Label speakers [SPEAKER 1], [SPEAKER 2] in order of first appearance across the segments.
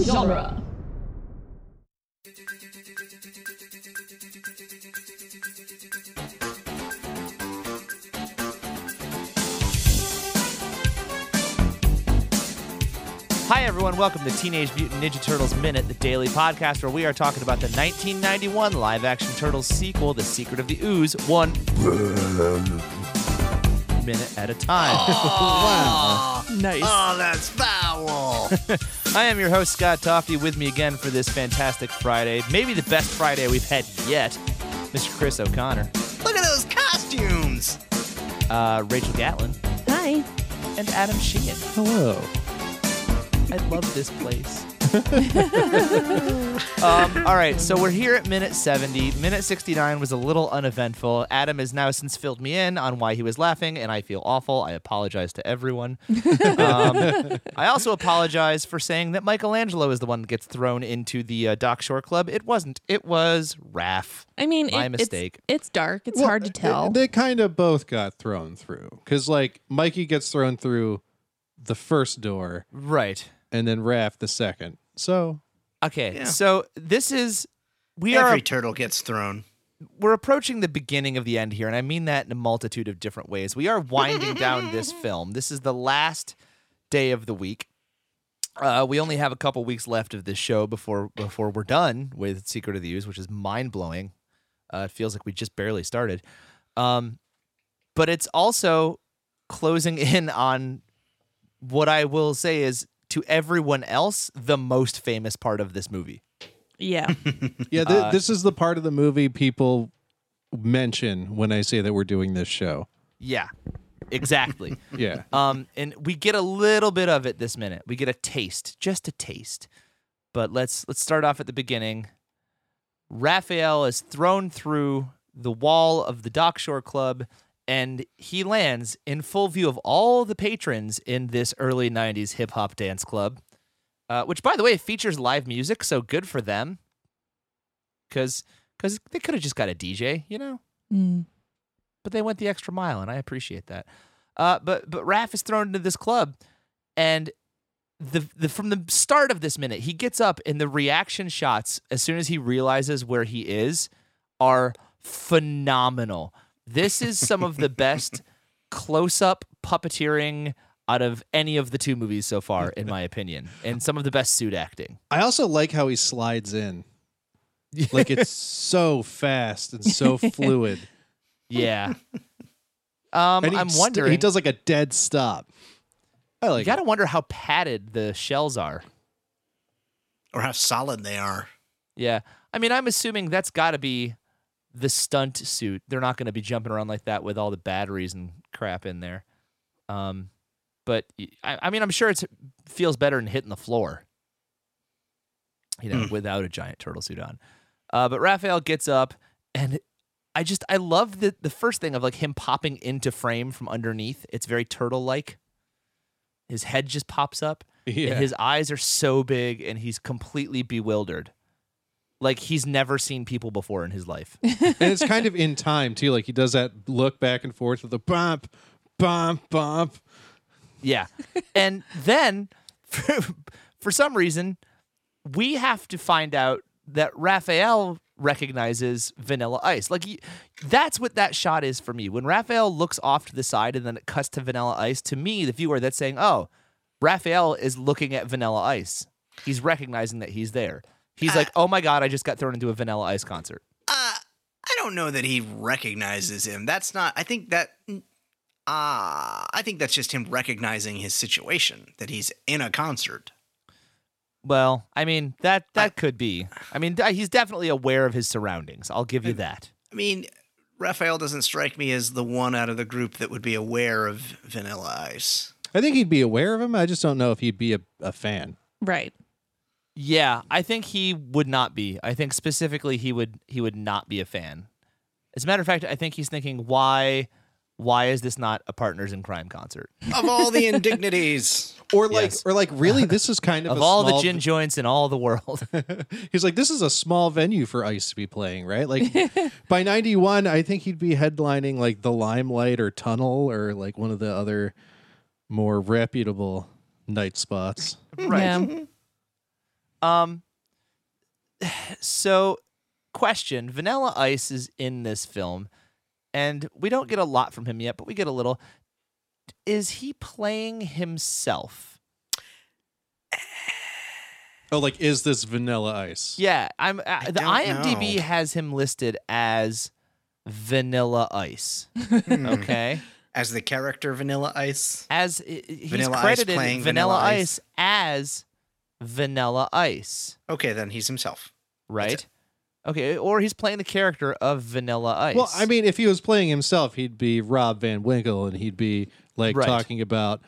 [SPEAKER 1] genre.
[SPEAKER 2] Hi, everyone. Welcome to Teenage Mutant Ninja Turtles Minute, the daily podcast where we are talking about the 1991 live action Turtles sequel, The Secret of the Ooze, one minute at a time. nice.
[SPEAKER 3] Oh, that's foul.
[SPEAKER 2] I am your host, Scott Toffee, with me again for this fantastic Friday, maybe the best Friday we've had yet, Mr. Chris O'Connor,
[SPEAKER 3] Look at those costumes.
[SPEAKER 2] uh, Rachel Gatlin,
[SPEAKER 4] Hi.
[SPEAKER 2] and Adam Sheehan.
[SPEAKER 5] Hello.
[SPEAKER 2] I love this place. um, all right, so we're here at minute 70. Minute 69 was a little uneventful. Adam has now since filled me in on why he was laughing, and I feel awful. I apologize to everyone. Um, I also apologize for saying that Michelangelo is the one that gets thrown into the uh, Dock Shore Club. It wasn't, it was Raph.
[SPEAKER 1] I mean,
[SPEAKER 2] My
[SPEAKER 1] it-
[SPEAKER 2] mistake.
[SPEAKER 1] It's, it's dark. It's
[SPEAKER 5] Well, uh,
[SPEAKER 1] hard to
[SPEAKER 5] they-
[SPEAKER 1] tell.
[SPEAKER 5] They, kind of both got thrown through because, like, Mikey gets thrown through the first door,
[SPEAKER 2] Right.
[SPEAKER 5] and then Raph the second. So
[SPEAKER 2] Okay,
[SPEAKER 3] Yeah.
[SPEAKER 2] so this is. We are
[SPEAKER 3] Every turtle gets thrown.
[SPEAKER 2] we're approaching the beginning of the end here, and I mean that in a multitude of different ways. We are winding down this film. This is the last day of the week. Uh, we only have a couple weeks left of this show before before we're done with Secret of the Ooze, which is mind blowing. Uh, it feels like we just barely started, um, but it's also closing in on what I will say is to everyone else the most famous part of this movie.
[SPEAKER 1] yeah.
[SPEAKER 5] yeah, th-
[SPEAKER 2] Uh,
[SPEAKER 5] this is the part of the movie people mention when I say that we're doing this show.
[SPEAKER 2] Yeah, exactly.
[SPEAKER 5] Yeah,
[SPEAKER 2] Um, and we get a little bit of it this minute. We get a taste, just a taste. But let's let's start off at the beginning. Raphael is thrown through the wall of the Dockshore Club, and he lands in full view of all the patrons in this early '90s hip hop dance club, uh, which, by the way, features live music. So good for them, because because they could have just got a DJ, you know
[SPEAKER 1] Mm.
[SPEAKER 2] but they went the extra mile, and I appreciate that. Uh, but but Raph is thrown into this club, and the, the from the start of this minute, he gets up, and the reaction shots as soon as he realizes where he is are phenomenal. This is some of the best close up puppeteering out of any of the two movies so far, in my opinion, and some of the best suit acting.
[SPEAKER 5] I also like how he slides in. Like it's so fast and so fluid.
[SPEAKER 2] Yeah. Um,
[SPEAKER 5] And he
[SPEAKER 2] I'm
[SPEAKER 5] st-
[SPEAKER 2] wondering.
[SPEAKER 5] he does like a dead stop. I
[SPEAKER 2] you
[SPEAKER 5] like.
[SPEAKER 2] gotta wonder how padded the shells are.
[SPEAKER 3] Or how solid they are.
[SPEAKER 2] Yeah. I mean, I'm assuming that's got to be the stunt suit. They're not going to be jumping around like that with all the batteries and crap in there. Um, but y- I, I mean, I'm sure it feels better than hitting the floor, you know, without a giant turtle suit on. Uh, but Raphael gets up and I just, I love the, the first thing of like him popping into frame from underneath. It's very turtle like. His head just pops up
[SPEAKER 5] it.
[SPEAKER 2] and
[SPEAKER 5] Yeah.
[SPEAKER 2] his eyes are so big and he's completely bewildered like he's never seen people before in his life
[SPEAKER 5] and it's kind of in time too. Like he does that look back and forth with the bump, bump, bump.
[SPEAKER 2] yeah and then for, for some reason we have to find out that raphael recognizes vanilla ice like y- that's what that shot is for me when raphael looks off to the side and then it cuts to vanilla ice to me the viewer that's saying oh raphael is looking at vanilla ice he's recognizing that he's there he's like oh my god i just got thrown into a vanilla ice concert
[SPEAKER 3] Uh, I don't know that he recognizes him. That's not. I think that. Ah, I think that's just him recognizing his situation that he's in a concert.
[SPEAKER 2] Well, I mean that that could be. I mean, d- he's definitely aware of his surroundings. I'll give you that.
[SPEAKER 3] I mean, Raphael doesn't strike me as the one out of the group that would be aware of Vanilla Ice.
[SPEAKER 5] I think he'd be aware of him. I just don't know if he'd be a, a fan.
[SPEAKER 1] Right.
[SPEAKER 2] Yeah, I think he would not be. I think specifically he would he would not be a fan. As a matter of fact, I think he's thinking why why is this not a Partners in Crime concert?
[SPEAKER 3] Of all the indignities.
[SPEAKER 5] Or like,
[SPEAKER 2] Yes.
[SPEAKER 5] or like, really, this is kind of,
[SPEAKER 2] Of
[SPEAKER 5] a
[SPEAKER 2] all the
[SPEAKER 5] small-
[SPEAKER 2] gin joints in all the world.
[SPEAKER 5] He's like, this is a small venue for Ice to be playing, right? Like, by '91, I think he'd be headlining like the Limelight or Tunnel or like one of the other more reputable night spots.
[SPEAKER 1] Right. Yeah.
[SPEAKER 2] Um, so, question Vanilla Ice is in this film, and we don't get a lot from him yet, but we get a little. Is he playing himself?
[SPEAKER 5] Oh, like is this Vanilla Ice?
[SPEAKER 2] Yeah, I'm. Uh, the
[SPEAKER 3] don't
[SPEAKER 2] IMDb
[SPEAKER 3] know.
[SPEAKER 2] has him listed as Vanilla Ice.
[SPEAKER 3] Hmm.
[SPEAKER 2] Okay,
[SPEAKER 3] As the character Vanilla Ice.
[SPEAKER 2] as i- i- he's
[SPEAKER 3] Vanilla Ice
[SPEAKER 2] credited
[SPEAKER 3] playing
[SPEAKER 2] Vanilla
[SPEAKER 3] Vanilla
[SPEAKER 2] Ice
[SPEAKER 3] Ice.
[SPEAKER 2] as Vanilla Ice,
[SPEAKER 3] Okay, then he's himself.
[SPEAKER 2] right? Okay, or he's playing the character of Vanilla Ice.
[SPEAKER 5] Well, I mean, if he was playing himself, he'd be Rob Van Winkle, and he'd be like
[SPEAKER 2] Right.
[SPEAKER 5] talking about,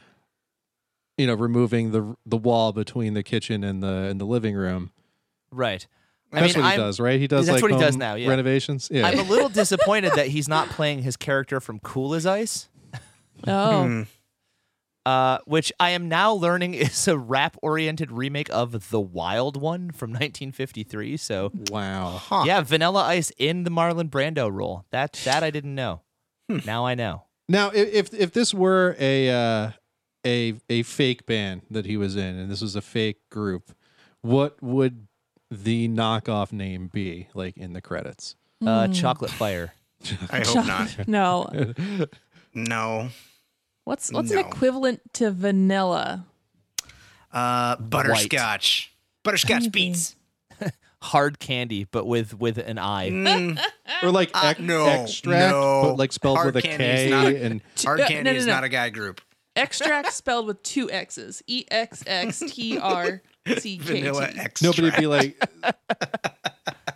[SPEAKER 5] you know, removing the the wall between the kitchen and the and the living room.
[SPEAKER 2] right. I
[SPEAKER 5] That's
[SPEAKER 2] mean,
[SPEAKER 5] what he
[SPEAKER 2] I'm-
[SPEAKER 5] does, right? He does
[SPEAKER 2] that's
[SPEAKER 5] like
[SPEAKER 2] what he does
[SPEAKER 5] home
[SPEAKER 2] now, yeah.
[SPEAKER 5] renovations. Yeah,
[SPEAKER 2] I'm a little disappointed that he's not playing his character from Cool as Ice,
[SPEAKER 1] Oh,
[SPEAKER 3] Hmm.
[SPEAKER 2] uh, which I am now learning is a rap oriented remake of The Wild One from 1953. So,
[SPEAKER 5] wow.
[SPEAKER 3] Huh.
[SPEAKER 2] yeah, Vanilla Ice in the Marlon Brando role. That, that I didn't know. Now I know.
[SPEAKER 5] Now, i- if if this were a uh, a a fake band that he was in, and this was a fake group, what would the knockoff name be like in the credits?
[SPEAKER 2] Uh, Chocolate Fire.
[SPEAKER 3] I hope not.
[SPEAKER 1] no.
[SPEAKER 3] No.
[SPEAKER 1] What's what's
[SPEAKER 3] No.
[SPEAKER 1] an equivalent to vanilla?
[SPEAKER 3] Uh, butterscotch. Butterscotch
[SPEAKER 1] Maybe.
[SPEAKER 3] beats.
[SPEAKER 2] Hard candy, but with, with an eye.
[SPEAKER 3] Mm,
[SPEAKER 5] Or like
[SPEAKER 3] Uh,
[SPEAKER 5] ex-
[SPEAKER 3] no,
[SPEAKER 5] extract,
[SPEAKER 3] no.
[SPEAKER 5] but like spelled
[SPEAKER 3] Hard
[SPEAKER 5] with a
[SPEAKER 3] candy
[SPEAKER 5] K,
[SPEAKER 3] is not a-
[SPEAKER 5] and
[SPEAKER 3] hard
[SPEAKER 1] No,
[SPEAKER 3] candy
[SPEAKER 1] no, no,
[SPEAKER 3] is
[SPEAKER 1] no.
[SPEAKER 3] not a guy group.
[SPEAKER 1] Extract spelled with two X's. E X X T R C K
[SPEAKER 3] Vanilla
[SPEAKER 1] T.
[SPEAKER 3] extract.
[SPEAKER 5] nobody'd be like,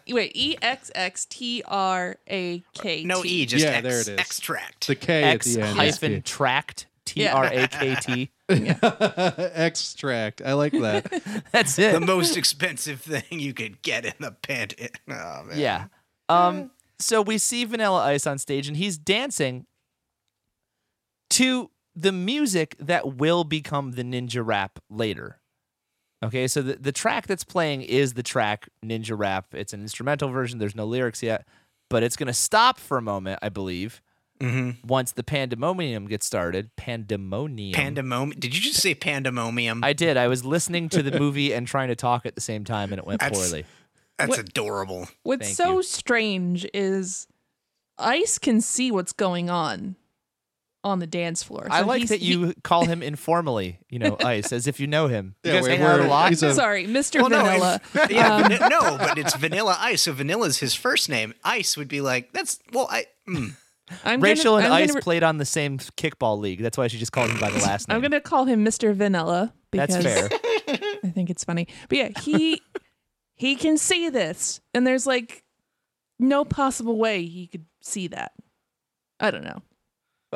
[SPEAKER 1] Wait, E X X T R A K T.
[SPEAKER 3] No E, just
[SPEAKER 5] Yeah,
[SPEAKER 3] ex-
[SPEAKER 5] there it is.
[SPEAKER 3] extract.
[SPEAKER 5] The K
[SPEAKER 2] X
[SPEAKER 5] at the end. is
[SPEAKER 2] hyphen tract. T
[SPEAKER 1] Yeah.
[SPEAKER 2] R A K T.
[SPEAKER 5] P. Extract. I like that.
[SPEAKER 2] That's it.
[SPEAKER 3] the most expensive thing you could get in the pant. Oh, man.
[SPEAKER 2] Yeah. Um. So we see Vanilla Ice on stage, and he's dancing to the music that will become the Ninja Rap later. Okay, so the, the track that's playing is the track Ninja Rap. It's an instrumental version. There's no lyrics yet, but it's going to stop for a moment, I believe,
[SPEAKER 3] Mm-hmm.
[SPEAKER 2] once the pandemonium gets started. Pandemonium.
[SPEAKER 3] Pandemonium. Did you just say pandemonium?
[SPEAKER 2] I did. I was listening to the movie and trying to talk at the same time, and it went
[SPEAKER 3] That's-
[SPEAKER 2] poorly.
[SPEAKER 3] That's
[SPEAKER 1] What-
[SPEAKER 3] adorable.
[SPEAKER 1] What's
[SPEAKER 2] Thank
[SPEAKER 1] so
[SPEAKER 2] you.
[SPEAKER 1] strange is Ice can see what's going on on the dance floor.
[SPEAKER 2] I
[SPEAKER 1] So
[SPEAKER 2] like
[SPEAKER 1] he's-
[SPEAKER 2] that you call him informally, you know, Ice, as if you know him. You
[SPEAKER 5] Yeah,
[SPEAKER 2] guys
[SPEAKER 5] wait,
[SPEAKER 2] hang out a
[SPEAKER 5] we're-
[SPEAKER 2] lot.
[SPEAKER 5] he's
[SPEAKER 1] he-
[SPEAKER 5] a-
[SPEAKER 1] sorry, Mr.
[SPEAKER 3] Well, no,
[SPEAKER 1] Vanilla. Um,
[SPEAKER 3] if- yeah, vani- no, but it's Vanilla Ice. So Vanilla's his first name. Ice would be like, that's, well, I, mm,
[SPEAKER 1] I'm
[SPEAKER 2] Rachel
[SPEAKER 1] gonna,
[SPEAKER 2] and
[SPEAKER 1] I'm
[SPEAKER 2] Ice
[SPEAKER 1] gonna,
[SPEAKER 2] played on the same kickball league. That's why she just called him by the last name.
[SPEAKER 1] I'm gonna call him Mr. Vanilla
[SPEAKER 2] That's
[SPEAKER 1] because
[SPEAKER 2] fair.
[SPEAKER 1] I think it's funny. But yeah, he he can see this, and there's like no possible way he could see that. I don't know.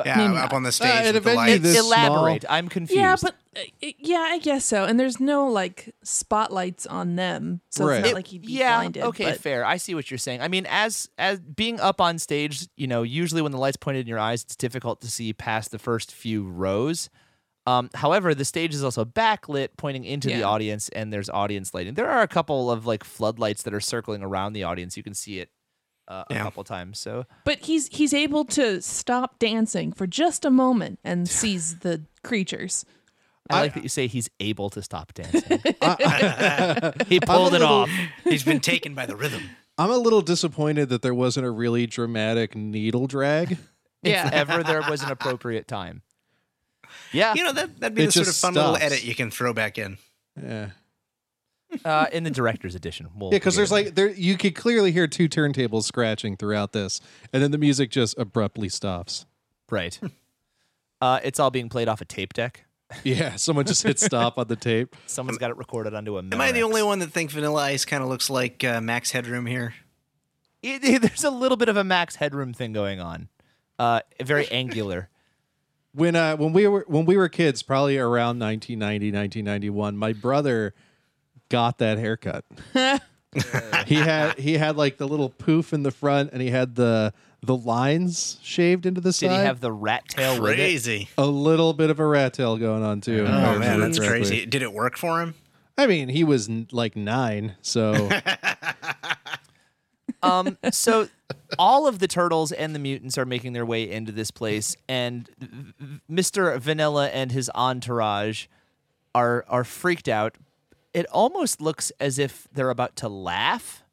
[SPEAKER 3] yeah,
[SPEAKER 1] Mm.
[SPEAKER 3] up on the stage
[SPEAKER 5] and
[SPEAKER 3] with the
[SPEAKER 5] eventually
[SPEAKER 3] lights.
[SPEAKER 5] this
[SPEAKER 2] Elaborate. I'm confused.
[SPEAKER 1] Yeah, but uh, it- yeah, I guess so. And there's no like spotlights on them, so
[SPEAKER 5] Right.
[SPEAKER 1] it's not
[SPEAKER 5] It-
[SPEAKER 1] like he'd be
[SPEAKER 2] yeah,
[SPEAKER 1] blinded.
[SPEAKER 2] okay,
[SPEAKER 1] but-
[SPEAKER 2] fair. I see what you're saying. I mean, as as being up on stage, you know, usually when the lights pointed in your eyes, it's difficult to see past the first few rows. Um, however, the stage is also backlit, pointing into the
[SPEAKER 1] Yeah.
[SPEAKER 2] audience, and there's audience lighting. There are a couple of like floodlights that are circling around the audience. You can see it uh, a
[SPEAKER 3] Yeah.
[SPEAKER 2] couple times. So
[SPEAKER 1] But he's he's able to stop dancing for just a moment and sees the creatures.
[SPEAKER 2] I,
[SPEAKER 5] I-
[SPEAKER 2] like that you say he's able to stop dancing.
[SPEAKER 5] I-
[SPEAKER 2] he pulled it
[SPEAKER 5] little-
[SPEAKER 2] off.
[SPEAKER 3] He's been taken by the rhythm.
[SPEAKER 5] I'm a little disappointed that there wasn't a really dramatic needle drag.
[SPEAKER 1] Yeah.
[SPEAKER 2] If ever there was an appropriate time. Yeah.
[SPEAKER 3] You know, that, that'd be
[SPEAKER 5] It
[SPEAKER 3] the sort of
[SPEAKER 5] just
[SPEAKER 3] fun little
[SPEAKER 5] stops.
[SPEAKER 3] edit you can throw back in.
[SPEAKER 5] Yeah,
[SPEAKER 2] Uh, in the director's edition. We'll
[SPEAKER 5] yeah, because
[SPEAKER 2] give
[SPEAKER 5] there's
[SPEAKER 2] it-
[SPEAKER 5] like there you could clearly hear two turntables scratching throughout this, and then the music just abruptly stops.
[SPEAKER 2] Right. Uh, it's all being played off a tape deck.
[SPEAKER 5] Yeah, someone just hit stop on the tape.
[SPEAKER 2] Someone's got it recorded onto a.
[SPEAKER 3] Am I the only one that thinks Vanilla Ice kind of looks like uh, Max Headroom here?
[SPEAKER 2] there's a little bit of a max headroom thing going on. Uh, very angular.
[SPEAKER 5] when uh when we were when we were kids probably around 1990 1991 my brother got that haircut he had he had like the little poof in the front and he had the the lines shaved into the
[SPEAKER 2] Did
[SPEAKER 5] side
[SPEAKER 2] he have the rat tail with it?
[SPEAKER 3] Uh, Crazy.
[SPEAKER 5] a little bit of a rat tail going on too if
[SPEAKER 3] Oh,
[SPEAKER 5] I
[SPEAKER 3] man,
[SPEAKER 5] remember
[SPEAKER 3] that's
[SPEAKER 5] correctly.
[SPEAKER 3] crazy. Did it work for him?
[SPEAKER 5] i mean he was n- like nine so
[SPEAKER 2] Um, so all of the turtles and the mutants are making their way into this place, and v- v- Mr. Vanilla and his entourage are are freaked out. it almost looks as if they're about to laugh.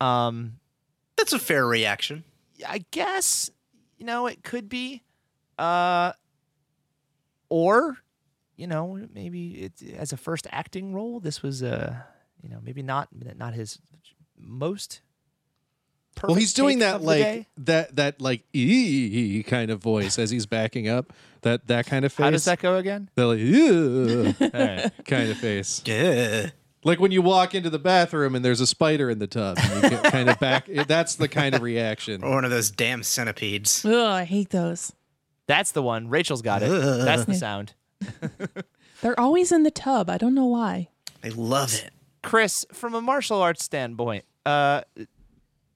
[SPEAKER 2] Um,
[SPEAKER 3] That's a fair reaction.
[SPEAKER 2] I guess you know it could be, uh, or you know maybe it's as a first acting role. This was uh, you know maybe not not his most.
[SPEAKER 5] well,
[SPEAKER 2] perfect
[SPEAKER 5] he's doing
[SPEAKER 2] take of
[SPEAKER 5] that
[SPEAKER 2] the
[SPEAKER 5] like
[SPEAKER 2] day.
[SPEAKER 5] that that like ee kind of voice as he's backing up. That that kind of face.
[SPEAKER 2] How does that go again?
[SPEAKER 5] That like "Ew," kind of face.
[SPEAKER 3] Duh.
[SPEAKER 5] Like when you walk into the bathroom and there's a spider in the tub. and You get kind of back. That's the kind of reaction.
[SPEAKER 3] Or one of those damn centipedes.
[SPEAKER 1] Ugh, I hate those.
[SPEAKER 2] That's the one. Rachel's got it. That's the sound.
[SPEAKER 1] They're always in the tub. I don't know why.
[SPEAKER 3] I love it.
[SPEAKER 2] Chris, from a martial arts standpoint, uh,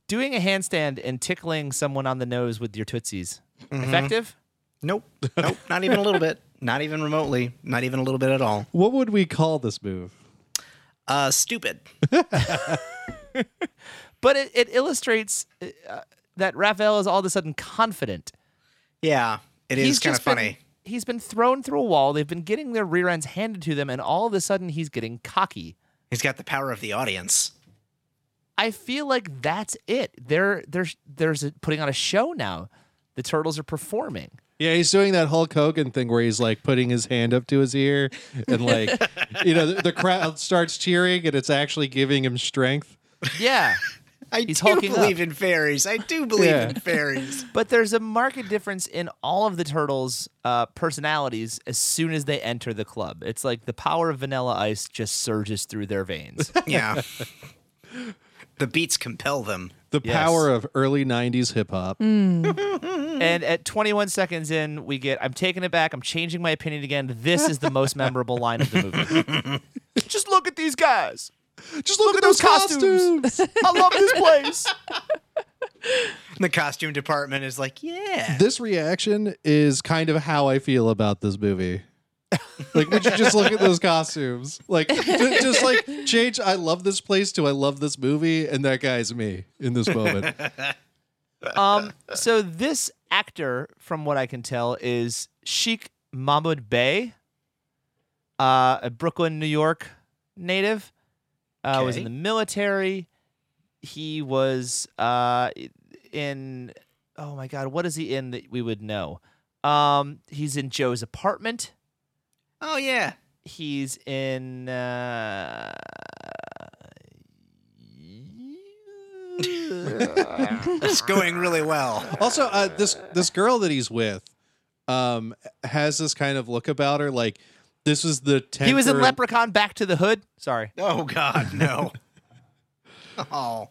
[SPEAKER 2] doing a handstand and tickling someone on the nose with your tootsies
[SPEAKER 5] Mm-hmm.
[SPEAKER 2] effective?
[SPEAKER 3] Nope. Nope. Not even a little bit. Not even remotely. Not even a little bit at all.
[SPEAKER 5] What would we call this move?
[SPEAKER 3] Uh, stupid.
[SPEAKER 2] But it, it illustrates uh, that Raphael is all of a sudden confident.
[SPEAKER 3] Yeah, it is kind of
[SPEAKER 2] just been-
[SPEAKER 3] funny.
[SPEAKER 2] he's been thrown through a wall. They've been getting their rear ends handed to them, and all of a sudden he's getting cocky.
[SPEAKER 3] He's got the power of the audience.
[SPEAKER 2] I feel like that's it. They're they're there's a, putting on a show now. The turtles are performing.
[SPEAKER 5] Yeah, he's doing that Hulk Hogan thing where he's like putting his hand up to his ear and like, you know, the, the crowd starts cheering and it's actually giving him strength.
[SPEAKER 2] Yeah.
[SPEAKER 3] I
[SPEAKER 2] He's
[SPEAKER 3] do
[SPEAKER 2] hulking up.
[SPEAKER 3] believe in fairies. I do believe
[SPEAKER 5] Yeah.
[SPEAKER 3] in fairies.
[SPEAKER 2] But there's a marked difference in all of the turtles' uh, personalities as soon as they enter the club. It's like the power of Vanilla Ice just surges through their veins.
[SPEAKER 3] Yeah. the beats compel them.
[SPEAKER 5] The
[SPEAKER 2] Yes.
[SPEAKER 5] power of early 90s hip hop.
[SPEAKER 2] and at 21 seconds in, we get I'm taking it back. I'm changing my opinion again. This is the most memorable line of the movie. just look at these guys.
[SPEAKER 5] Just look,
[SPEAKER 2] at those I love this place.
[SPEAKER 3] The costume department is like, yeah.
[SPEAKER 5] this reaction is kind of how I feel about this movie. Like, would you just look at those costumes? Like, ju- just like change I love this place to I love this movie. And that guy's me in this moment.
[SPEAKER 2] Um, so this actor, from what I can tell, is Sheikh Mahmoud Bey, uh, a Brooklyn, New York native. Uh, Was in
[SPEAKER 3] Okay.
[SPEAKER 2] the military. He was uh, in. Oh my God, what is he in that we would know? Um, he's in Joe's apartment.
[SPEAKER 3] Oh yeah.
[SPEAKER 2] He's in. Uh,
[SPEAKER 3] It's going really well.
[SPEAKER 5] Also, uh, this this girl that he's with um, has this kind of look about her. Like, this is the temper-
[SPEAKER 2] he was in Leprechaun Back to the Hood. Sorry.
[SPEAKER 3] Oh god, no. oh.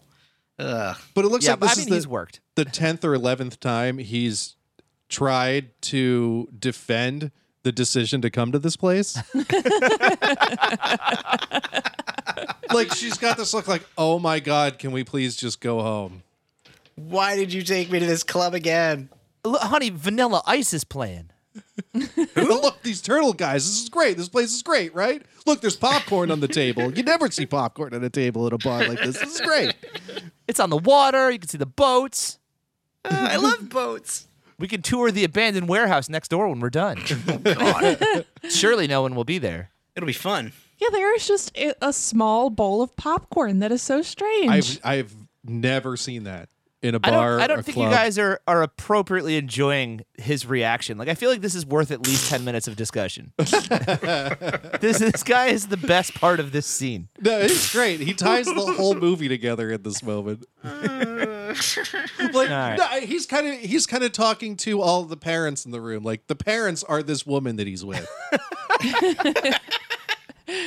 [SPEAKER 3] Ugh.
[SPEAKER 5] But it looks
[SPEAKER 2] yeah,
[SPEAKER 5] like
[SPEAKER 2] but
[SPEAKER 5] this
[SPEAKER 2] I mean,
[SPEAKER 5] is the,
[SPEAKER 2] he's worked.
[SPEAKER 5] the tenth or eleventh time he's tried to defend the decision to come to this place. like she's got this look like, oh my god, can we please just go home?
[SPEAKER 3] Why did you take me to this club again?
[SPEAKER 2] Look, honey, Vanilla Ice is playing.
[SPEAKER 5] But look, these turtle guys, this is great. This place is great, right? Look, there's popcorn on the table. You never see popcorn on a table at a bar like this. This is great.
[SPEAKER 2] It's on the water. You can see the boats.
[SPEAKER 3] Uh, I love boats.
[SPEAKER 2] We can tour the abandoned warehouse next door when we're done.
[SPEAKER 3] God.
[SPEAKER 2] Surely no one will be there.
[SPEAKER 3] It'll be fun.
[SPEAKER 1] Yeah, there is just a, a small bowl of popcorn that is so strange.
[SPEAKER 5] I've I've never seen that in a
[SPEAKER 2] I
[SPEAKER 5] bar.
[SPEAKER 2] don't, I
[SPEAKER 5] a
[SPEAKER 2] don't think
[SPEAKER 5] club.
[SPEAKER 2] you guys are, are appropriately enjoying his reaction. Like, I feel like this is worth at least 10 minutes of discussion. this, this guy is the best part of this scene.
[SPEAKER 5] No, it's great. He ties the whole movie together at this moment. like
[SPEAKER 2] right.
[SPEAKER 5] no, he's kind of he's kind of talking to all the parents in the room. Like the parents are this woman that he's with.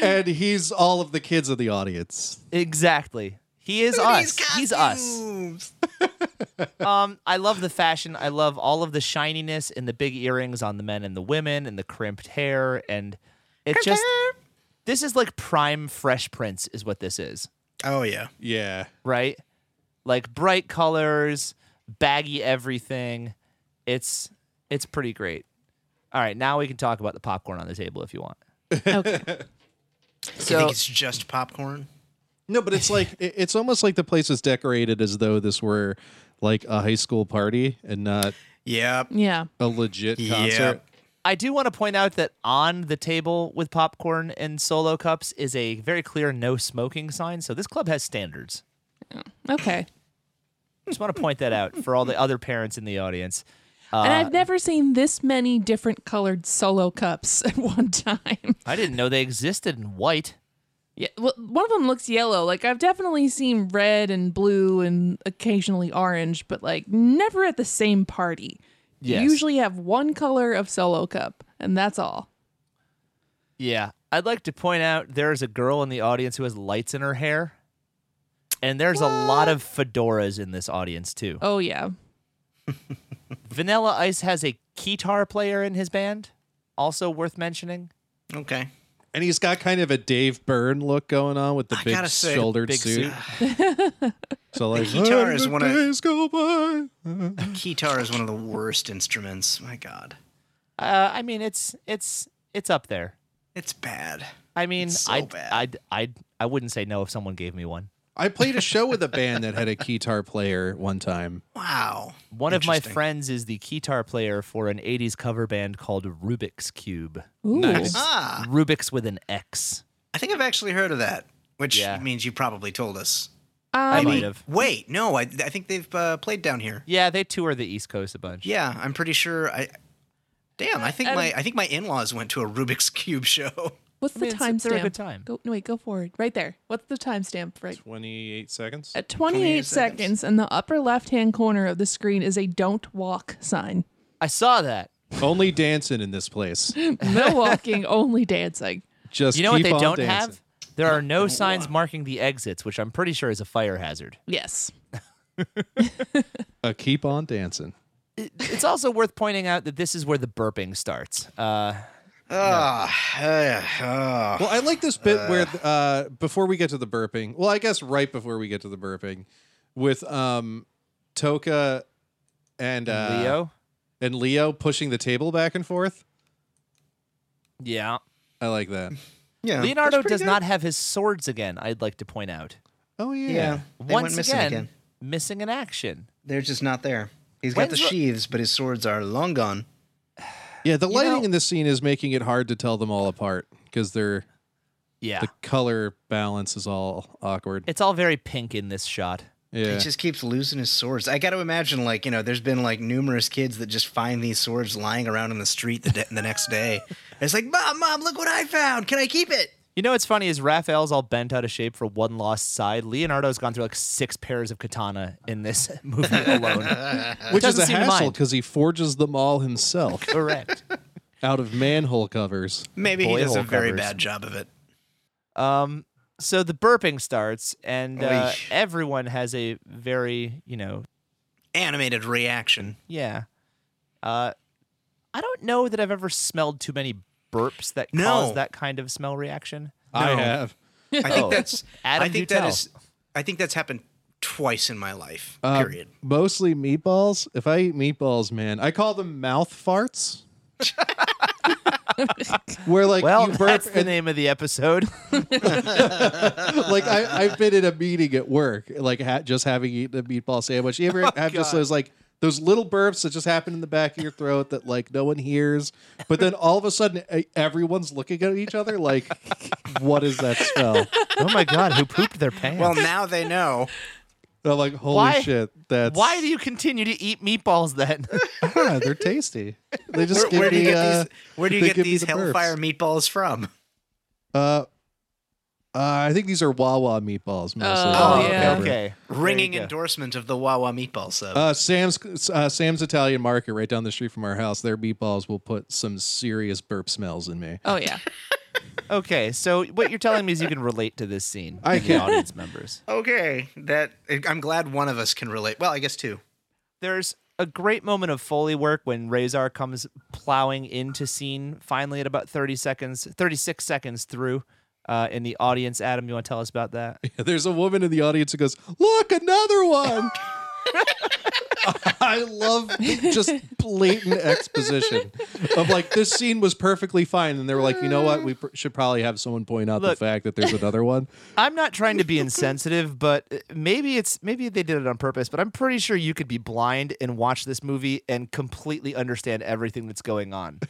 [SPEAKER 5] and he's all of the kids in the audience.
[SPEAKER 2] Exactly. He is us. He's us. Um, I love the fashion. I love all of the shininess and the big earrings on the men and the women and the crimped hair and it just this is like prime fresh prince is what this is,
[SPEAKER 3] Oh yeah.
[SPEAKER 5] Yeah.
[SPEAKER 2] right? Like bright colors, baggy everything. It's it's pretty great. All right, now we can talk about the popcorn on the table if you want.
[SPEAKER 3] you
[SPEAKER 2] So
[SPEAKER 3] think it's just popcorn?
[SPEAKER 5] No, but it's like it- it's almost like the place is decorated as though this were like a high school party and not
[SPEAKER 3] Yep.
[SPEAKER 1] yeah.
[SPEAKER 5] a legit concert.
[SPEAKER 3] Yep.
[SPEAKER 2] I do want to point out that on the table with popcorn and solo cups is a very clear no smoking sign. So this club has standards.
[SPEAKER 1] Okay.
[SPEAKER 2] Just want to point that out for all the other parents in the audience.
[SPEAKER 1] and I've never seen this many different colored solo cups at one time.
[SPEAKER 2] I didn't know they existed in white.
[SPEAKER 1] Yeah, well, one of them looks yellow. Like I've definitely seen red and blue and occasionally orange, but like never at the same party.
[SPEAKER 2] Yes.
[SPEAKER 1] You usually have one color of solo cup, and that's all.
[SPEAKER 2] Yeah. I'd like to point out there is a girl in the audience who has lights in her hair. And there's a lot of fedoras in this audience too.
[SPEAKER 1] Oh yeah.
[SPEAKER 2] Vanilla Ice has a guitar player in his band, also worth mentioning.
[SPEAKER 3] Okay.
[SPEAKER 5] And he's got kind of a Dave Byrne look going on with the
[SPEAKER 3] I
[SPEAKER 5] big
[SPEAKER 3] gotta say,
[SPEAKER 5] shouldered
[SPEAKER 2] Big
[SPEAKER 5] suit.
[SPEAKER 2] suit.
[SPEAKER 5] So like,
[SPEAKER 3] guitar
[SPEAKER 5] "Let
[SPEAKER 3] is
[SPEAKER 5] the
[SPEAKER 3] one of-
[SPEAKER 5] days go by."
[SPEAKER 3] Guitar is one of the worst instruments. My God.
[SPEAKER 2] Uh, I mean, it's it's it's up there.
[SPEAKER 3] It's bad.
[SPEAKER 2] I mean,
[SPEAKER 3] It's so
[SPEAKER 2] I'd,
[SPEAKER 3] bad.
[SPEAKER 2] I'd, I'd, I wouldn't say no if someone gave me one.
[SPEAKER 5] I played a show with a band that had a guitar player one time.
[SPEAKER 3] Wow.
[SPEAKER 2] One of my
[SPEAKER 3] Interesting.
[SPEAKER 2] friends is the guitar player for an 80s cover band called Rubik's Cube.
[SPEAKER 1] Ooh.
[SPEAKER 5] Nice.
[SPEAKER 3] Ah,
[SPEAKER 2] Rubik's with an X.
[SPEAKER 3] I think I've actually heard of that, which
[SPEAKER 2] Yeah.
[SPEAKER 3] means you probably told us.
[SPEAKER 2] I
[SPEAKER 1] Um,
[SPEAKER 2] might have.
[SPEAKER 3] Wait, no, I, I think they've uh, played down here.
[SPEAKER 2] Yeah, they tour the East Coast a bunch.
[SPEAKER 3] Yeah, I'm pretty sure. I damn, I think
[SPEAKER 1] I
[SPEAKER 3] my
[SPEAKER 1] don't-
[SPEAKER 3] I think my in-laws went to a Rubik's Cube show.
[SPEAKER 1] what's
[SPEAKER 2] I
[SPEAKER 1] the
[SPEAKER 2] mean, it's-
[SPEAKER 1] timestamp?
[SPEAKER 2] they're a good time.
[SPEAKER 1] Go no, wait, go forward. Right there. What's the timestamp? Right.
[SPEAKER 5] 28 seconds.
[SPEAKER 1] At 28,
[SPEAKER 3] 28
[SPEAKER 1] seconds.
[SPEAKER 3] seconds.
[SPEAKER 1] in the upper left-hand corner of the screen is a "Don't Walk" sign.
[SPEAKER 2] I saw that.
[SPEAKER 5] Only dancing in this place.
[SPEAKER 1] No walking, only dancing.
[SPEAKER 5] Just
[SPEAKER 2] You know what
[SPEAKER 5] keep
[SPEAKER 2] they
[SPEAKER 5] on
[SPEAKER 2] don't
[SPEAKER 5] dancing.
[SPEAKER 2] have? There are no signs marking the exits, which I'm pretty sure is a fire hazard.
[SPEAKER 1] Yes.
[SPEAKER 5] Uh, keep on dancing.
[SPEAKER 2] It- It's also worth pointing out that this is where the burping starts. Uh,
[SPEAKER 3] Ah, uh,
[SPEAKER 5] Well, I like this bit where uh, before we get to the burping. Well, I guess right before we get to the burping, with um, Toka and uh,
[SPEAKER 2] Leo?
[SPEAKER 5] and Leo pushing the table back and forth.
[SPEAKER 2] Yeah.
[SPEAKER 5] I like that.
[SPEAKER 3] yeah,
[SPEAKER 2] Leonardo
[SPEAKER 3] that's pretty
[SPEAKER 2] does
[SPEAKER 3] good.
[SPEAKER 2] not have his swords again, I'd like to point out.
[SPEAKER 5] Oh yeah.
[SPEAKER 3] Yeah, they
[SPEAKER 2] Once
[SPEAKER 3] went missing
[SPEAKER 2] again,
[SPEAKER 3] again.
[SPEAKER 2] missing in action.
[SPEAKER 3] They're just not there. He's got the
[SPEAKER 2] When's the-
[SPEAKER 3] sheaves, but his swords are long gone.
[SPEAKER 5] Yeah, the lighting
[SPEAKER 2] know-
[SPEAKER 5] in this scene is making it hard to tell them all apart because their
[SPEAKER 2] Yeah.
[SPEAKER 5] the color balance is all awkward.
[SPEAKER 2] It's all very pink in this shot.
[SPEAKER 5] Yeah.
[SPEAKER 3] He just keeps losing his swords. I got to imagine, like you know, there's been like numerous kids that just find these swords lying around in the street the, de- the next day. It's like, mom, mom, look what I found. Can I keep it?
[SPEAKER 2] You know what's funny is Raphael's all bent out of shape for one lost side. Leonardo's gone through like six pairs of katana in this movie alone.
[SPEAKER 5] Which is
[SPEAKER 2] doesn't
[SPEAKER 5] a
[SPEAKER 2] seem to
[SPEAKER 5] hassle
[SPEAKER 2] mind.
[SPEAKER 5] because he forges them all himself
[SPEAKER 2] Correct.
[SPEAKER 5] out of manhole covers.
[SPEAKER 3] Maybe
[SPEAKER 2] Boy
[SPEAKER 3] he does a
[SPEAKER 2] hole
[SPEAKER 3] very
[SPEAKER 2] covers.
[SPEAKER 3] bad job of it.
[SPEAKER 2] Um, so the burping starts, and uh,
[SPEAKER 3] Oish.
[SPEAKER 2] everyone has a very, you know,
[SPEAKER 3] Animated reaction.
[SPEAKER 2] yeah. Uh, I don't know that I've ever smelled too many burps that
[SPEAKER 3] No.
[SPEAKER 2] cause that kind of smell reaction.
[SPEAKER 5] I
[SPEAKER 3] No.
[SPEAKER 5] have.
[SPEAKER 3] I think
[SPEAKER 2] Oh.
[SPEAKER 3] that's.
[SPEAKER 2] Adam,
[SPEAKER 3] I think
[SPEAKER 2] do
[SPEAKER 3] that
[SPEAKER 2] tell.
[SPEAKER 3] is. I think that's happened twice in my life.
[SPEAKER 5] Uh,
[SPEAKER 3] period.
[SPEAKER 5] Mostly meatballs. If I eat meatballs, man, I call them mouth farts. Where like
[SPEAKER 2] Well,
[SPEAKER 5] you burp
[SPEAKER 2] that's the
[SPEAKER 5] and
[SPEAKER 2] name of the episode.
[SPEAKER 5] like I, I've been in a meeting at work, like ha- just having eaten a meatball sandwich. You ever have just
[SPEAKER 2] God.
[SPEAKER 5] those like those little burps that just happen in the back of your throat that like no one hears, but then all of a sudden e- everyone's looking at each other like, what is that smell? And
[SPEAKER 2] oh my god, who pooped their pants?
[SPEAKER 3] Well, now they know.
[SPEAKER 5] I'm like, holy
[SPEAKER 2] Why-
[SPEAKER 5] shit, that's
[SPEAKER 2] Why do you continue to eat meatballs then?
[SPEAKER 5] Yeah, they're tasty. They
[SPEAKER 3] Where,
[SPEAKER 5] just give
[SPEAKER 3] where do you
[SPEAKER 5] me,
[SPEAKER 3] get
[SPEAKER 5] uh,
[SPEAKER 3] these? Where do you
[SPEAKER 5] they
[SPEAKER 3] get
[SPEAKER 5] give me
[SPEAKER 3] these
[SPEAKER 5] the
[SPEAKER 3] hellfire
[SPEAKER 5] burps.
[SPEAKER 3] meatballs from?
[SPEAKER 5] Uh, uh, I think these are Wawa meatballs mostly.
[SPEAKER 1] Oh,
[SPEAKER 5] Uh,
[SPEAKER 1] yeah.
[SPEAKER 5] covered.
[SPEAKER 2] okay.
[SPEAKER 3] Ringing
[SPEAKER 2] go.
[SPEAKER 3] endorsement of the Wawa meatball sub.
[SPEAKER 5] Uh, Sam's uh, Sam's Italian Market right down the street from our house. Their meatballs will put some serious burp smells in me.
[SPEAKER 1] Oh yeah.
[SPEAKER 2] Okay, so what you're telling me is you can relate to this scene.
[SPEAKER 5] I
[SPEAKER 2] with the
[SPEAKER 5] can.
[SPEAKER 2] audience members.
[SPEAKER 3] okay, that I'm glad one of us can relate. Well, I guess two.
[SPEAKER 2] There's a great moment of Foley work when Razor comes plowing into scene finally at about 30 seconds, 36 seconds through uh, in the audience. Adam, you want to tell us about that?
[SPEAKER 5] There's a woman in the audience who goes, "Look, another one." I love just blatant exposition of like this scene was perfectly fine, and they were like, you know what, we pr- should probably have someone point out
[SPEAKER 2] Look.
[SPEAKER 5] the fact that there's another one.
[SPEAKER 2] I'm not trying to be insensitive, but uh, maybe it's maybe they did it on purpose. But I'm pretty sure you could be blind and watch this movie and completely understand everything that's going on.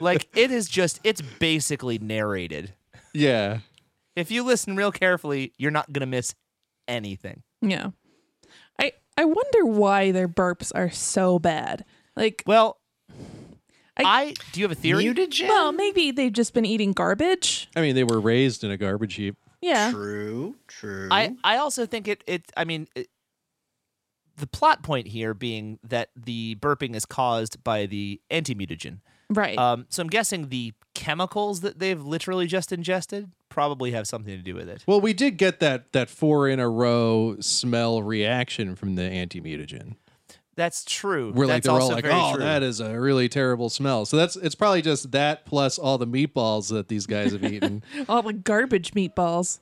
[SPEAKER 2] like it is just it's basically narrated.
[SPEAKER 5] Yeah,
[SPEAKER 2] If you listen real carefully, you're not gonna miss anything.
[SPEAKER 1] Yeah. I I wonder why their burps are so bad. Like,
[SPEAKER 2] Well, I,
[SPEAKER 1] I-
[SPEAKER 2] do you have a theory?
[SPEAKER 3] Mutagen?
[SPEAKER 1] well, maybe they've just been eating garbage.
[SPEAKER 5] I mean they were raised in a garbage heap.
[SPEAKER 1] Yeah.
[SPEAKER 3] True, true.
[SPEAKER 2] I I also think it it. I mean. It, the plot point here being that the burping is caused by the anti-mutagen.
[SPEAKER 1] Right.
[SPEAKER 2] Um, so I'm guessing the chemicals that they've literally just ingested probably have something to do with it.
[SPEAKER 5] Well, we did get that that four in a row smell reaction from the anti mutagen.
[SPEAKER 2] That's true.
[SPEAKER 5] We're like
[SPEAKER 2] That's
[SPEAKER 5] they're all
[SPEAKER 2] also
[SPEAKER 5] like,
[SPEAKER 2] very
[SPEAKER 5] oh,
[SPEAKER 2] true.
[SPEAKER 5] that is a really terrible smell. So that's it's probably just that plus all the meatballs that these guys have eaten.
[SPEAKER 1] All the garbage meatballs.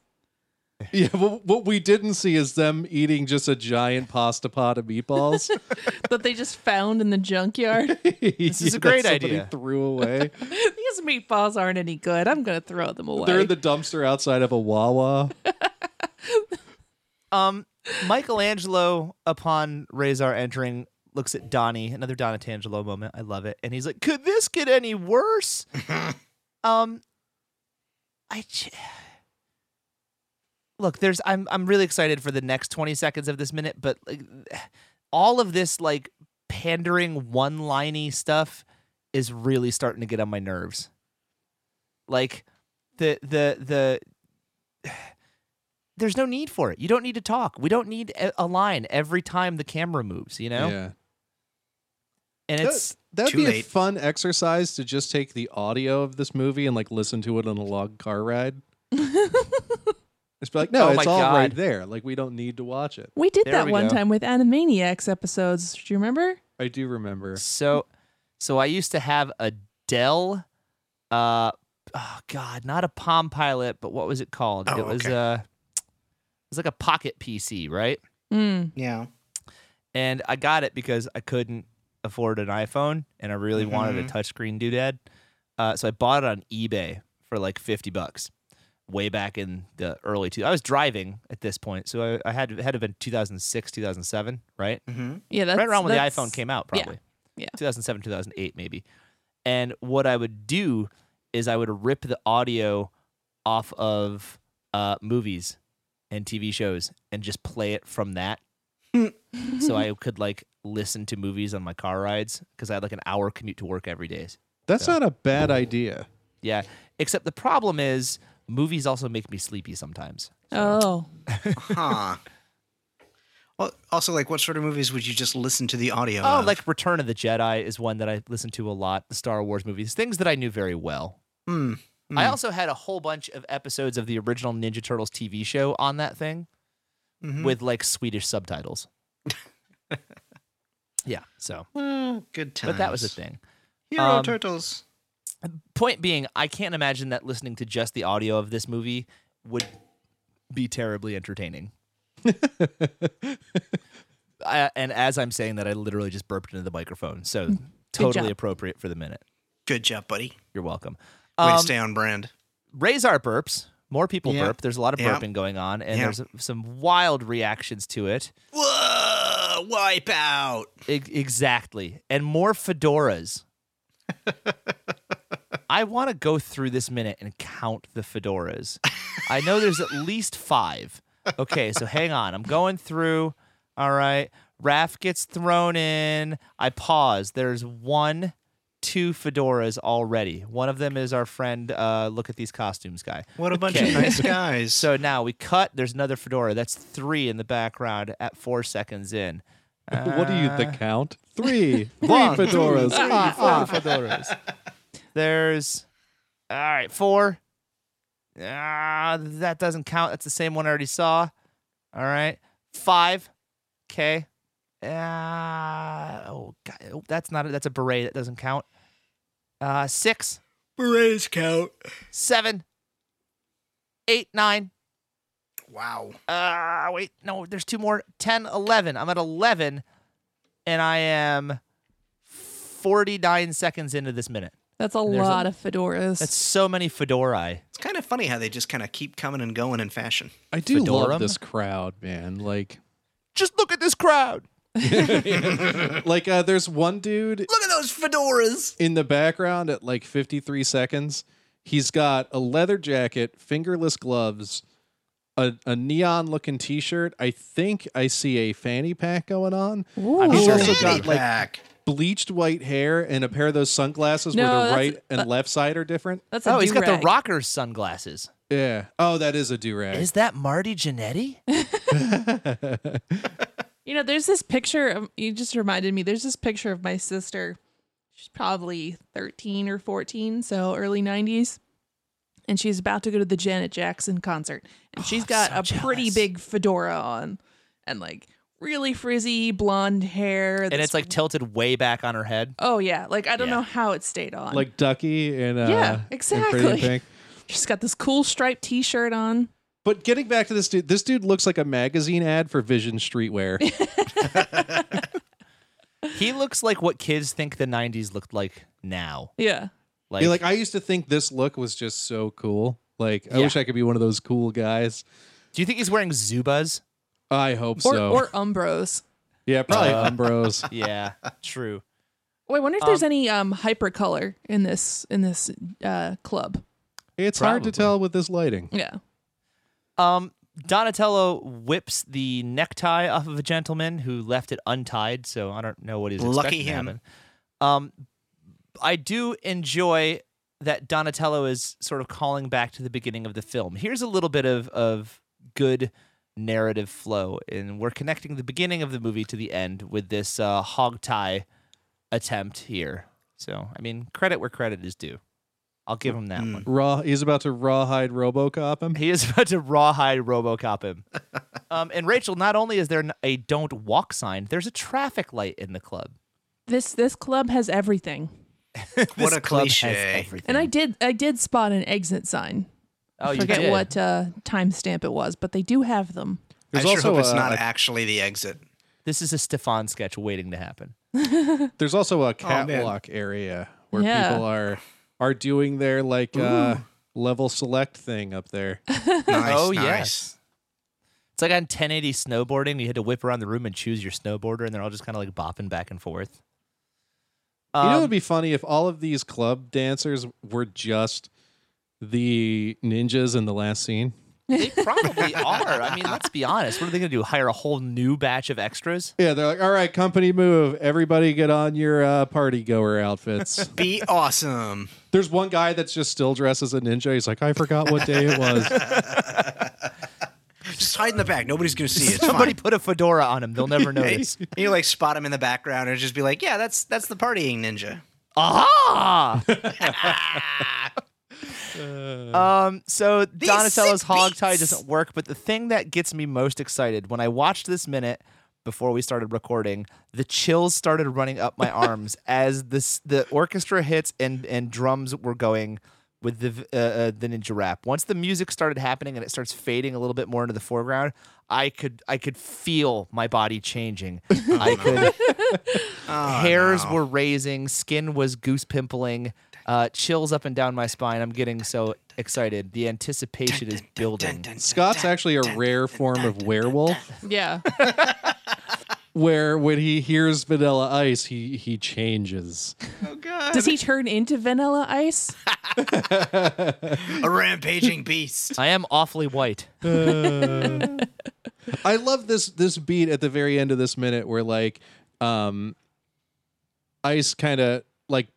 [SPEAKER 5] yeah, but what we didn't see is them eating just a giant pasta pot of meatballs.
[SPEAKER 1] that they just found in the junkyard.
[SPEAKER 5] this
[SPEAKER 2] is a great idea.
[SPEAKER 5] Threw away.
[SPEAKER 1] These meatballs aren't any good. I'm gonna throw them away.
[SPEAKER 5] They're in the dumpster outside of a Wawa.
[SPEAKER 2] Um, Michelangelo, upon Razor entering, looks at Donnie, another Donatangelo moment. I love it. And he's like, could this get any worse? um, I. j- Look, there's I'm I'm really excited for the next 20 seconds of this minute, but like all of this like pandering one-liney stuff is really starting to get on my nerves. Like the the the there's no need for it. You don't need to talk. We don't need a, a line every time the camera moves, you know?
[SPEAKER 5] Yeah,
[SPEAKER 2] And it's
[SPEAKER 5] that, would
[SPEAKER 3] Too
[SPEAKER 5] be a
[SPEAKER 3] late.
[SPEAKER 5] fun exercise to just take the audio of this movie and like listen to it on a log car ride. It's like no,
[SPEAKER 2] Oh
[SPEAKER 5] it's
[SPEAKER 2] my
[SPEAKER 5] all right
[SPEAKER 2] God.
[SPEAKER 5] there. Like we don't need to watch it.
[SPEAKER 1] we did
[SPEAKER 2] There
[SPEAKER 1] that
[SPEAKER 2] we
[SPEAKER 1] one
[SPEAKER 2] go.
[SPEAKER 1] time with Animaniacs episodes. Do you remember?
[SPEAKER 5] I do remember.
[SPEAKER 2] so so I used to have a Dell uh oh god, not a Palm Pilot, but what was it called?
[SPEAKER 3] Oh,
[SPEAKER 2] it was
[SPEAKER 3] okay.
[SPEAKER 2] uh it was like a pocket PC, right?
[SPEAKER 1] Mm.
[SPEAKER 3] yeah.
[SPEAKER 2] And I got it because I couldn't afford an iPhone and I really wanted a
[SPEAKER 3] Mm-hmm.
[SPEAKER 2] touchscreen doodad. Uh, so I bought it on eBay for like 50 bucks way back in the early two. I was driving at this point. So I, I had, it had to have been 2006, 2007, right?
[SPEAKER 3] Mm-hmm.
[SPEAKER 1] Yeah, that's
[SPEAKER 2] right around when the
[SPEAKER 1] that's-
[SPEAKER 2] iPhone came out,
[SPEAKER 1] yeah,
[SPEAKER 2] probably.
[SPEAKER 1] yeah.
[SPEAKER 2] 2007, 2008, maybe. And what I would do is I would rip the audio off of uh, movies and TV shows and just play it from that. so I could like listen to movies on my car rides because I had like an hour commute to work every day.
[SPEAKER 5] That's not a bad idea.
[SPEAKER 2] Yeah. Except the problem is movies also make me sleepy sometimes.
[SPEAKER 1] Oh,
[SPEAKER 3] Huh. well, also, like, what sort of movies would you just listen to the audio?
[SPEAKER 2] Oh,
[SPEAKER 3] of?
[SPEAKER 2] like Return of the Jedi is one that I listened to a lot. The Star Wars movies, things that I knew very well.
[SPEAKER 3] Mm,
[SPEAKER 2] I
[SPEAKER 3] Mm.
[SPEAKER 2] also had a whole bunch of episodes of the original Ninja Turtles TV show on that thing
[SPEAKER 3] mhm.
[SPEAKER 2] with like Swedish subtitles. yeah, so
[SPEAKER 3] Mm, good times.
[SPEAKER 2] Hmm, but that was the thing.
[SPEAKER 3] Hero
[SPEAKER 2] Um,
[SPEAKER 3] Turtles.
[SPEAKER 2] Point being, I can't imagine that listening to just the audio of this movie would be terribly entertaining. I, and as I'm saying that, I literally just burped into the microphone, so totally
[SPEAKER 1] job.
[SPEAKER 2] appropriate for the minute.
[SPEAKER 3] Good job, buddy.
[SPEAKER 2] You're welcome.
[SPEAKER 3] Way
[SPEAKER 2] Um,
[SPEAKER 3] to stay on brand.
[SPEAKER 2] raise our burps. More people
[SPEAKER 3] Yeah.
[SPEAKER 2] burp. There's a lot of
[SPEAKER 3] Yeah.
[SPEAKER 2] burping going on, and
[SPEAKER 3] Yeah.
[SPEAKER 2] there's some wild reactions to it.
[SPEAKER 3] Whoa! Wipe out.
[SPEAKER 2] E- exactly. And more fedoras. I want to go through this minute and count the fedoras. I know there's at least five. Okay, so hang on. I'm going through. All right. Raph gets thrown in. I pause. There's one, two fedoras already. One of them is our friend, uh, look at these costumes guy.
[SPEAKER 3] What a bunch
[SPEAKER 2] Okay.
[SPEAKER 3] of nice guys.
[SPEAKER 2] So now we cut. There's another fedora. That's three in the background at four seconds in.
[SPEAKER 5] what do you the count? Three, three
[SPEAKER 2] One, two,
[SPEAKER 5] fedoras.
[SPEAKER 2] Uh, three,
[SPEAKER 5] Ah, ah.
[SPEAKER 2] four fedoras. There's all right, four. Ah, that doesn't count. That's the same one I already saw. All right, five. Okay. Ah, oh, God. oh, that's not. A, that's a beret. That doesn't count. Uh, six,
[SPEAKER 3] berets count.
[SPEAKER 2] seven, eight, nine. Ah,
[SPEAKER 3] Wow.
[SPEAKER 2] uh wait no there's two more 10 11 i'm at 11 and I am 49 seconds into this minute.
[SPEAKER 1] That's a
[SPEAKER 2] there's a-
[SPEAKER 1] lot of fedoras.
[SPEAKER 2] That's so many fedorae.
[SPEAKER 3] It's kind of funny how they just kind of keep coming and going in fashion.
[SPEAKER 5] I do
[SPEAKER 2] Fedorum?
[SPEAKER 5] love this crowd, man. Like,
[SPEAKER 2] Just look at this crowd.
[SPEAKER 5] like uh, there's one dude
[SPEAKER 3] Look at those fedoras.
[SPEAKER 5] in the background at like 53 seconds. He's got a leather jacket, fingerless gloves, a, a neon looking t shirt. I think I see a fanny pack going on.
[SPEAKER 1] Ooh.
[SPEAKER 5] He's
[SPEAKER 2] sure
[SPEAKER 5] also
[SPEAKER 2] he
[SPEAKER 5] got
[SPEAKER 3] Fanny
[SPEAKER 5] like
[SPEAKER 3] pack.
[SPEAKER 5] bleached white hair and a pair of those sunglasses
[SPEAKER 1] No,
[SPEAKER 5] where the
[SPEAKER 1] that's-
[SPEAKER 5] right and
[SPEAKER 1] that-
[SPEAKER 5] left side are different.
[SPEAKER 1] That's a
[SPEAKER 2] Oh, he's got the
[SPEAKER 1] do-rag.
[SPEAKER 2] rocker sunglasses.
[SPEAKER 5] Yeah. Oh, that is a do rag.
[SPEAKER 2] Is that Marty Jannetty?
[SPEAKER 1] You know, there's this picture of you just reminded me, there's this picture of my sister. She's probably 13 or 14, so early 90s. And she's about to go to the Janet Jackson concert. And she's
[SPEAKER 2] Oh, I'm
[SPEAKER 1] got
[SPEAKER 2] so
[SPEAKER 1] a pretty
[SPEAKER 2] jealous.
[SPEAKER 1] big fedora on and like really frizzy blonde hair.
[SPEAKER 2] and it's like tilted way back on her head.
[SPEAKER 1] oh yeah, like I don't
[SPEAKER 2] Yeah.
[SPEAKER 1] know how it stayed on.
[SPEAKER 5] Like Ducky and uh,
[SPEAKER 1] Yeah,
[SPEAKER 5] And Pretty in
[SPEAKER 1] exactly.
[SPEAKER 5] Pink.
[SPEAKER 1] she's got this cool striped t shirt on.
[SPEAKER 5] But getting back to this dude, this dude looks like a magazine ad for Vision Streetwear.
[SPEAKER 2] He looks like what kids think the '90s looked like now.
[SPEAKER 1] Yeah.
[SPEAKER 2] Like,
[SPEAKER 5] Be like I used to think this look was just so cool. Like I
[SPEAKER 2] Yeah.
[SPEAKER 5] wish I could be one of those cool guys.
[SPEAKER 2] do you think he's wearing Zubas?
[SPEAKER 5] I hope
[SPEAKER 1] Or
[SPEAKER 5] so.
[SPEAKER 1] or Umbros.
[SPEAKER 5] yeah, probably
[SPEAKER 2] Uh,
[SPEAKER 5] Umbros.
[SPEAKER 2] Yeah, true.
[SPEAKER 1] Oh, I wonder if there's
[SPEAKER 2] Um,
[SPEAKER 1] any um hypercolor in this in this uh club.
[SPEAKER 5] It's hard to
[SPEAKER 2] probably.
[SPEAKER 5] tell with this lighting.
[SPEAKER 1] Yeah.
[SPEAKER 2] Um, Donatello whips the necktie off of a gentleman who left it untied, so I don't know what he's
[SPEAKER 3] Lucky
[SPEAKER 2] expecting to
[SPEAKER 3] him.
[SPEAKER 2] happen. Um, I do enjoy that Donatello is sort of calling back to the beginning of the film. Here's a little bit of of good narrative flow, and we're connecting the beginning of the movie to the end with this uh, hog tie attempt here. So, I mean, credit where credit is due. I'll give him that
[SPEAKER 3] Mm.
[SPEAKER 2] one.
[SPEAKER 5] Raw. He's about to rawhide RoboCop him.
[SPEAKER 2] He is about to rawhide RoboCop him. Um, and Rachel, not only is there n- a "Don't Walk" sign, there's a traffic light in the club.
[SPEAKER 1] This this club has everything.
[SPEAKER 2] This
[SPEAKER 3] What a
[SPEAKER 2] club has
[SPEAKER 3] cliche.
[SPEAKER 2] everything.
[SPEAKER 1] And I did I did spot an exit sign.
[SPEAKER 2] oh,
[SPEAKER 1] I
[SPEAKER 2] you
[SPEAKER 1] forget
[SPEAKER 2] did.
[SPEAKER 1] what uh, timestamp it was, but they do have them.
[SPEAKER 5] There's
[SPEAKER 3] I sure
[SPEAKER 5] also
[SPEAKER 3] hope it's
[SPEAKER 5] a-
[SPEAKER 3] not
[SPEAKER 5] a-
[SPEAKER 3] actually the exit.
[SPEAKER 2] This is a Stefan sketch waiting to happen.
[SPEAKER 5] There's also a
[SPEAKER 3] man.
[SPEAKER 5] catwalk area where
[SPEAKER 1] Yeah.
[SPEAKER 5] people are are doing their like uh, level select thing up there.
[SPEAKER 3] Nice,
[SPEAKER 2] oh
[SPEAKER 3] nice.
[SPEAKER 2] yes. It's like on 1080 snowboarding. You had to whip around the room and choose your snowboarder, and they're all just kind of like bopping back and forth. Um,
[SPEAKER 5] you know, it'd be funny if all of these club dancers were just the ninjas in the last scene.
[SPEAKER 2] they probably are. I mean, let's be honest. What are they going to do? Hire a whole new batch of extras?
[SPEAKER 5] Yeah, they're like, all right, company move. Everybody get on your uh, party goer outfits.
[SPEAKER 3] Be awesome.
[SPEAKER 5] There's one guy that's just still dressed as a ninja. He's like, I forgot what day it was.
[SPEAKER 3] Just hide in the back. Nobody's gonna see it. It's
[SPEAKER 2] Somebody
[SPEAKER 3] fine.
[SPEAKER 2] put a fedora on him. They'll never notice.
[SPEAKER 3] And you like spot him in the background and just be like, "Yeah, that's that's the partying ninja."
[SPEAKER 2] Aha! um, so Donatello's
[SPEAKER 3] sick
[SPEAKER 2] hog tie
[SPEAKER 3] beats.
[SPEAKER 2] doesn't work, but the thing that gets me most excited when I watched this minute before we started recording, the chills started running up my arms as this the orchestra hits and and drums were going with the uh, uh, the ninja rap. Once the music started happening and it starts fading a little bit more into the foreground, I could I could feel my body changing. I could
[SPEAKER 3] Oh,
[SPEAKER 2] hairs
[SPEAKER 3] no.
[SPEAKER 2] were raising, skin was goose pimpling, uh, chills up and down my spine. I'm getting so excited. The anticipation is building.
[SPEAKER 5] Scott's actually a rare form of werewolf
[SPEAKER 1] Yeah.
[SPEAKER 5] where when he hears vanilla ice, he he changes.
[SPEAKER 3] Oh god,
[SPEAKER 1] Does he turn into Vanilla Ice?
[SPEAKER 3] a rampaging beast.
[SPEAKER 2] I am awfully white. Uh.
[SPEAKER 5] I love this this beat at the very end of this minute where like um Ice kind of like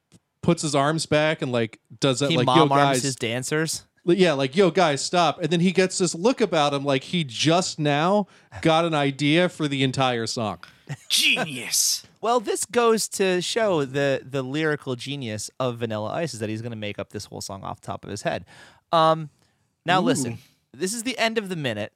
[SPEAKER 5] puts his arms back and like does that
[SPEAKER 2] He
[SPEAKER 5] like yo
[SPEAKER 2] mom arms
[SPEAKER 5] guys
[SPEAKER 2] his dancers.
[SPEAKER 5] yeah like yo guys stop and then he gets this look about him like he just now got an idea for the entire song.
[SPEAKER 3] Genius.
[SPEAKER 2] Well, this goes to show the the lyrical genius of Vanilla Ice is that he's going to make up this whole song off the top of his head. Um, now listen, this is the end of the minute.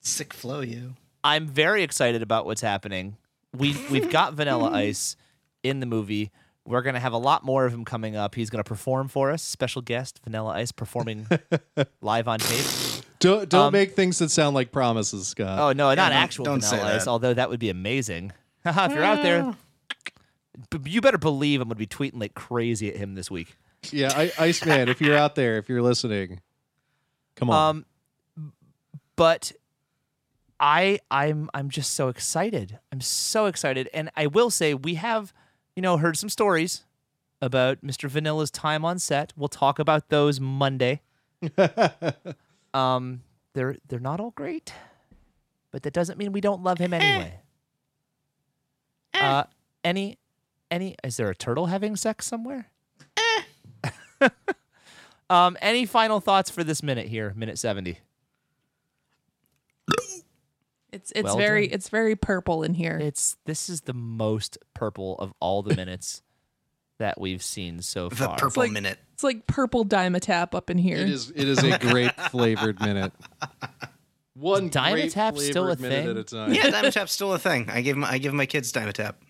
[SPEAKER 3] Sick flow, you.
[SPEAKER 2] I'm very excited about what's happening. We we've got Vanilla Ice in the movie. We're gonna have a lot more of him coming up. He's gonna perform for us. Special guest Vanilla Ice performing live on tape.
[SPEAKER 5] Don't don't
[SPEAKER 2] Um,
[SPEAKER 5] make things that sound like promises, Scott.
[SPEAKER 2] Oh no, not
[SPEAKER 3] don't-
[SPEAKER 2] actual
[SPEAKER 3] don't say
[SPEAKER 2] Vanilla Ice.
[SPEAKER 3] that.
[SPEAKER 2] Although that would be amazing. Haha, if you're out there, B- you better believe I'm going to be tweeting like crazy at him this week.
[SPEAKER 5] Yeah, I, Iceman, if you're out there, if you're listening, come on.
[SPEAKER 2] Um, but I I'm I'm just so excited. I'm so excited, and I will say we have you know heard some stories about Mr. Vanilla's time on set. We'll talk about those Monday. Um, they're they're not all great, but that doesn't mean we don't love him anyway. Uh, any any is there a turtle having sex somewhere? um, any final thoughts for this minute here, minute seventy?
[SPEAKER 1] It's it's
[SPEAKER 2] Well
[SPEAKER 1] very
[SPEAKER 2] done.
[SPEAKER 1] it's very purple in here.
[SPEAKER 2] It's this is the most purple of all the minutes that we've seen so
[SPEAKER 3] The
[SPEAKER 2] far.
[SPEAKER 3] purple
[SPEAKER 1] like-
[SPEAKER 3] minute.
[SPEAKER 1] it's like purple dimetap up in here.
[SPEAKER 5] it is it is a grape flavored minute. One
[SPEAKER 2] Diamond
[SPEAKER 5] grape
[SPEAKER 2] Tap's still
[SPEAKER 5] flavored
[SPEAKER 2] a
[SPEAKER 5] minute
[SPEAKER 2] thing?
[SPEAKER 5] at a time.
[SPEAKER 3] Yeah, Diamond Tap's still a thing. I give my I give my kids Diamond Tap.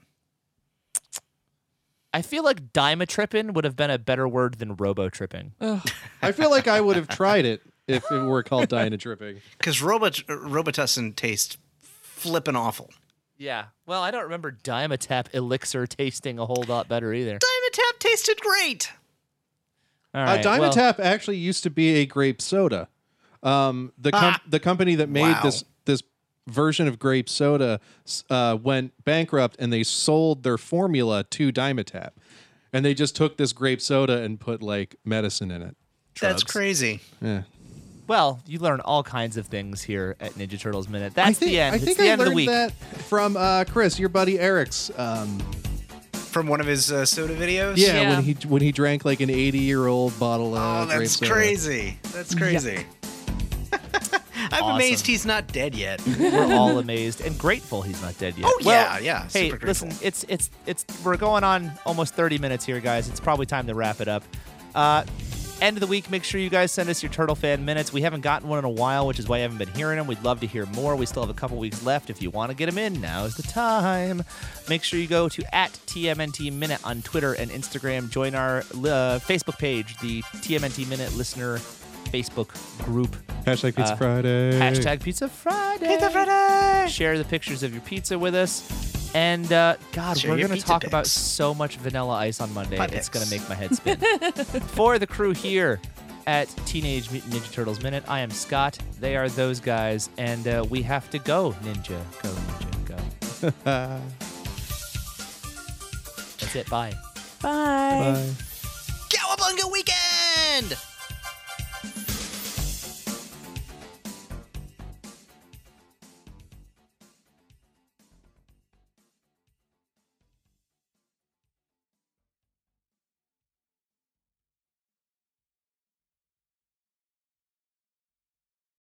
[SPEAKER 2] I feel like dimatrippin would have been a better word than robotripping.
[SPEAKER 1] Ugh.
[SPEAKER 5] I feel like I would have tried it if it were called Diana Tripping.
[SPEAKER 3] Because Robot Robitussin tastes flippin' awful.
[SPEAKER 2] Yeah. Well, I don't remember Dimetap elixir tasting a whole lot better either.
[SPEAKER 3] Diamond Tap tasted great.
[SPEAKER 2] All
[SPEAKER 5] Uh,
[SPEAKER 2] right. well-
[SPEAKER 5] Diamond Tap actually used to be a grape soda. Um, the com-
[SPEAKER 3] Ah.
[SPEAKER 5] the company that made
[SPEAKER 3] Wow.
[SPEAKER 5] this this version of grape soda s- uh, went bankrupt, and they sold their formula to Diamond Tap, and they just took this grape soda and put like medicine in it.
[SPEAKER 3] That's crazy.
[SPEAKER 5] Yeah.
[SPEAKER 2] Well, you learn all kinds of things here at Ninja Turtles Minute. That's
[SPEAKER 5] I think
[SPEAKER 2] the end.
[SPEAKER 5] I think
[SPEAKER 2] it's the
[SPEAKER 5] I
[SPEAKER 2] end
[SPEAKER 5] learned
[SPEAKER 2] of the week.
[SPEAKER 5] that from uh, Chris, your buddy Eric's. Um,
[SPEAKER 3] From one of his uh, soda videos.
[SPEAKER 5] yeah,
[SPEAKER 1] Yeah.
[SPEAKER 5] when he when he drank like an eighty year old bottle
[SPEAKER 3] Oh,
[SPEAKER 5] of. grape
[SPEAKER 3] that's
[SPEAKER 5] soda.
[SPEAKER 3] crazy. That's crazy. I'm
[SPEAKER 2] Awesome.
[SPEAKER 3] amazed he's not dead yet.
[SPEAKER 2] We're all amazed and grateful he's not dead yet.
[SPEAKER 3] Oh,
[SPEAKER 2] Well,
[SPEAKER 3] yeah, yeah,
[SPEAKER 2] Hey,
[SPEAKER 3] super
[SPEAKER 2] listen,
[SPEAKER 3] grateful.
[SPEAKER 2] it's it's it's we're going on almost 30 minutes here, guys. It's probably time to wrap it up. Uh, end of the week, make sure you guys send us your Turtle fan minutes. We haven't gotten one in a while, which is why you haven't been hearing them. We'd love to hear more. We still have a couple weeks left. If you want to get them in, now's the time. Make sure you go to at TMNT Minute on Twitter and Instagram. Join our uh, Facebook page, the TMNT Minute Listener Facebook group.
[SPEAKER 5] Hashtag Pizza
[SPEAKER 2] Uh,
[SPEAKER 5] Friday.
[SPEAKER 2] Hashtag Pizza Friday. Pizza Friday. Share the pictures of your pizza with us. And uh, God,
[SPEAKER 3] Share
[SPEAKER 2] we're
[SPEAKER 3] your
[SPEAKER 2] going to
[SPEAKER 3] pizza
[SPEAKER 2] talk about
[SPEAKER 3] pics.
[SPEAKER 2] so much vanilla ice on Monday.
[SPEAKER 3] Pie
[SPEAKER 2] it's
[SPEAKER 3] pics.
[SPEAKER 2] going to make my head spin. For the crew here at Teenage Mutant Ninja Turtles Minute, I am Scott. They are those guys. And uh, we have to go, Ninja. Go, Ninja. Go. That's it. Bye.
[SPEAKER 1] Bye.
[SPEAKER 5] Bye.
[SPEAKER 3] Cowabunga weekend!